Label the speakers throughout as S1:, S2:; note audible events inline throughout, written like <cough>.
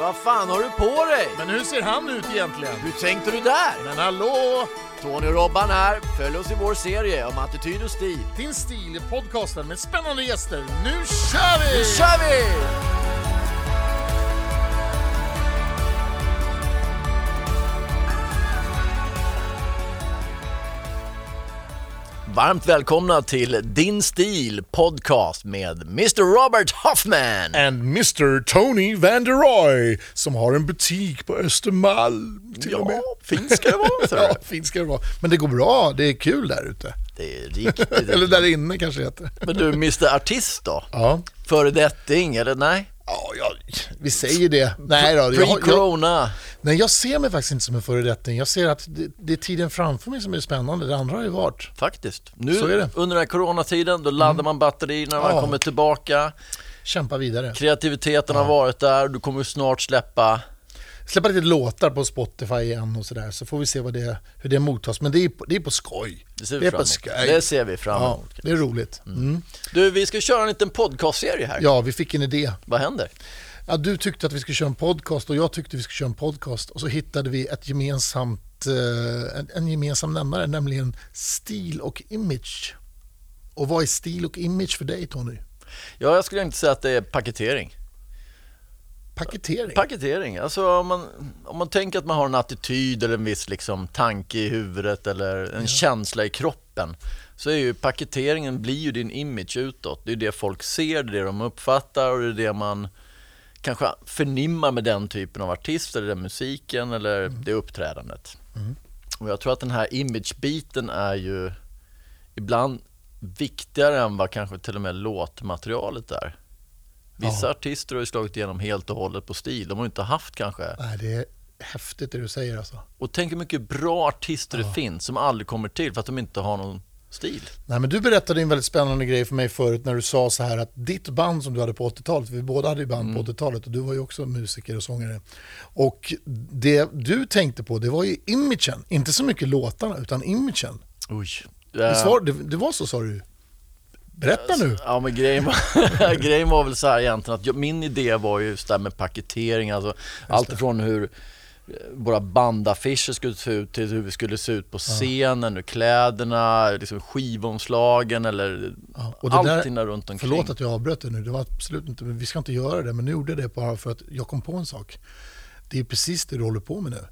S1: Vad fan har du på dig?
S2: Men hur ser han ut egentligen?
S1: Hur tänkte du där?
S2: Men hallå!
S1: Tony och Robban här. Följ oss i vår serie om attityd och stil.
S2: Din stil i podcasten med spännande gäster. Nu kör
S1: Nu
S2: vi!
S1: kör vi! Varmt välkomna till Din stil podcast med Mr Robert Hoffman.
S2: And Mr Tony Van der Roy som har en butik på Östermalm till och med.
S1: Ja, fint ska det vara.
S2: <laughs>
S1: sa du.
S2: Ja, fint ska det vara. Men det går bra, det är kul där ute.
S1: Det är riktigt.
S2: <laughs> Eller där inne kanske det heter.
S1: Men du, Mr Artist då?
S2: Ja.
S1: Föredetting, eller nej?
S2: Ja, ja, vi säger det. Nej då, jag, jag,
S1: Pre-corona.
S2: nej, jag ser mig faktiskt inte som en föredetting. Jag ser att det, det är tiden framför mig som är spännande. Det andra har ju varit.
S1: Faktiskt.
S2: Så är
S1: Nu
S2: det. Mm.
S1: under den här coronatiden, då laddar man batterierna, man
S2: Ja.
S1: kommer tillbaka.
S2: Kämpa vidare.
S1: Kreativiteten har varit där, du kommer ju snart släppa.
S2: Släppa lite låtar på Spotify igen och sådär. Så får vi se vad det, hur det mottas. Men det är, på- det är på skoj.
S1: Det ser vi
S2: det är
S1: fram
S2: på
S1: emot.
S2: skoj.
S1: Det ser vi fram
S2: ja,
S1: emot.
S2: det är roligt. Mm.
S1: Du, vi ska köra en liten podcastserie här.
S2: Ja, vi fick en idé.
S1: Vad händer?
S2: Ja, du tyckte att vi skulle köra en podcast och jag tyckte vi skulle köra en podcast. Och så hittade vi ett gemensamt, eh, en, en gemensam nämnare, nämligen stil och image. Och vad är stil och image för dig Tony?
S1: Ja, jag skulle inte säga att det är paketering.
S2: Paketering.
S1: Paketering, alltså om man, om man tänker att man har en attityd eller en viss liksom, tanke i huvudet eller en känsla i kroppen så är ju paketeringen blir ju din image utåt. Det är det folk ser, det är det de uppfattar och det är det man kanske förnimmar med den typen av artist eller den musiken eller det uppträdandet. Och jag tror att den här imagebiten är ju ibland viktigare än vad kanske till och med låtmaterialet är. Vissa artister har ju slagit igenom helt och hållet på stil. De har ju inte haft kanske.
S2: Nej, det är häftigt det du säger alltså.
S1: Och tänk hur mycket bra artister det finns som aldrig kommer till för att de inte har någon stil.
S2: Nej, men du berättade en väldigt spännande grej för mig förut när du sa så här att ditt band som du hade på 80-talet, vi båda hade ju band
S1: Mm.
S2: på 80-talet och du var ju också musiker och sångare. Och det du tänkte på, det var ju imagen, inte så mycket låtarna utan imagen.
S1: Oj.
S2: Det, svar, det, det var så sa du ju. Berätta nu.
S1: Ja men grejen var, <laughs> grejen var väl så här egentligen att jag, min idé var ju just det här med paketering, alltså allt ifrån hur eh, våra bandaffischer skulle se ut till hur vi skulle se ut på scenen, hur kläderna, liksom skivomslagen eller
S2: Ja,
S1: allting där runt omkring.
S2: Förlåt att jag avbröt dig nu, det var absolut inte, men vi ska inte göra det, men nu gjorde jag det bara för att jag kom på en sak. Det är precis det du håller på med nu.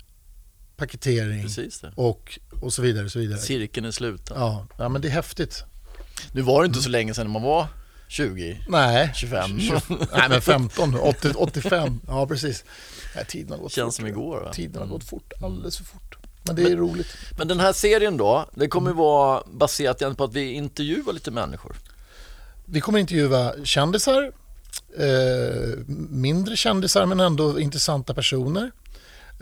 S2: Paketering
S1: Precis det.
S2: och, och så vidare. Så vidare.
S1: Cirkeln är sluten.
S2: Ja, ja, men det är häftigt.
S1: Nu var det inte så länge sedan man var 20.
S2: Nej.
S1: 25.
S2: <laughs> Nej, men 15. 80, 85. Ja, precis. Nej, tiden har gått
S1: Känns
S2: fort.
S1: som igår, va? Mm.
S2: Tiden har gått fort. Alldeles för fort. Men det är roligt.
S1: Men den här serien då, det kommer ju vara baserat egentligen på att vi intervjuar lite människor.
S2: Vi kommer intervjua kändisar, eh, mindre kändisar men ändå intressanta personer.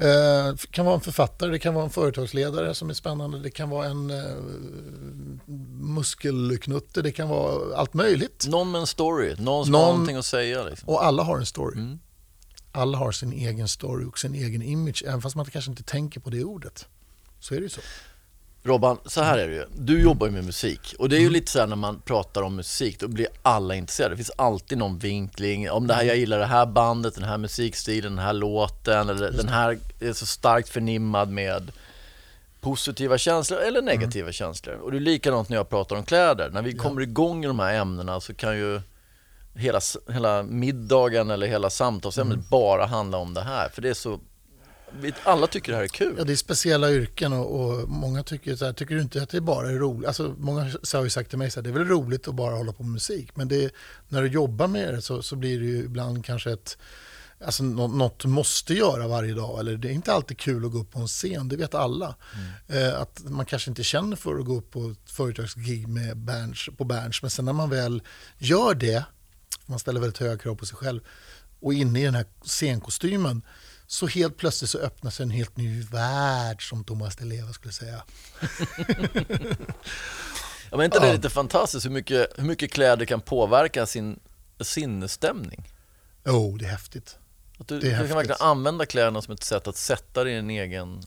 S2: Eh, det kan vara en författare, det kan vara en företagsledare som är spännande, det kan vara en eh, muskelknutte, det kan vara allt möjligt.
S1: Någon med en story, någon som har
S2: Någon-
S1: någonting att säga liksom.
S2: Och alla har en story. Alla har sin egen story och sin egen image, även fast man kanske inte tänker på det ordet. Så är det ju så.
S1: Robban, så här är det ju. Du jobbar ju med musik och det är ju lite så här när man pratar om musik, då blir alla intresserade. Det finns alltid någon vinkling. Om det här, jag gillar det här bandet, den här musikstilen, den här låten eller den här är så starkt förnimmad med positiva känslor eller negativa känslor. Och det är likadant när jag pratar om kläder. När vi kommer igång i de här ämnena så kan ju hela, s- hela middagen eller hela samtalsämnet bara handla om det här. För det är så, vi- alla tycker det här är kul.
S2: Ja, det är speciella yrken och, och många tycker så här, tycker du inte att det bara är roligt? Alltså, många så har ju sagt till mig så här, det är väl roligt att bara hålla på med musik, men det, när du jobbar med det så, så blir det ju ibland kanske ett, alltså nå- något du måste göra varje dag, eller det är inte alltid kul att gå upp på en scen, det vet alla. Eh, att man kanske inte känner för att gå upp på ett företagsgig med Berns, på Berns, men sen när man väl gör det, man ställer väldigt höga krav på sig själv, och inne i den här scenkostymen så helt plötsligt så öppnas en helt ny värld som Thomas Di Leva skulle säga.
S1: Ja, men inte det är
S2: Ja.
S1: lite fantastiskt hur mycket, hur mycket kläder kan påverka sin sinnesstämning?
S2: Jo, oh, det är häftigt.
S1: Att du,
S2: Det är
S1: du kan
S2: häftigt.
S1: verkligen använda kläderna som ett sätt att sätta dig i en egen,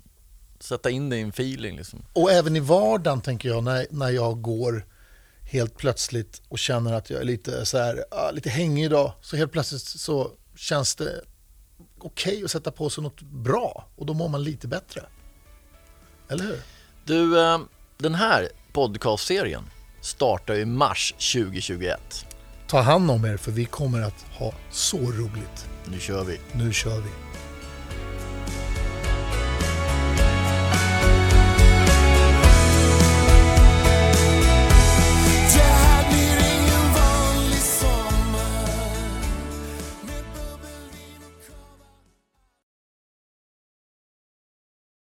S1: sätta in dig i en feeling liksom.
S2: Och även i vardagen tänker jag när, när jag går helt plötsligt och känner att jag är lite så här, ah, lite hängig idag. Så helt plötsligt så känns det okej att sätta på sig något bra och då mår man lite bättre. Eller hur?
S1: Du, eh, den här podcastserien startar i mars 2021.
S2: Ta hand om er för vi kommer att ha så roligt.
S1: Nu kör vi.
S2: Nu kör vi!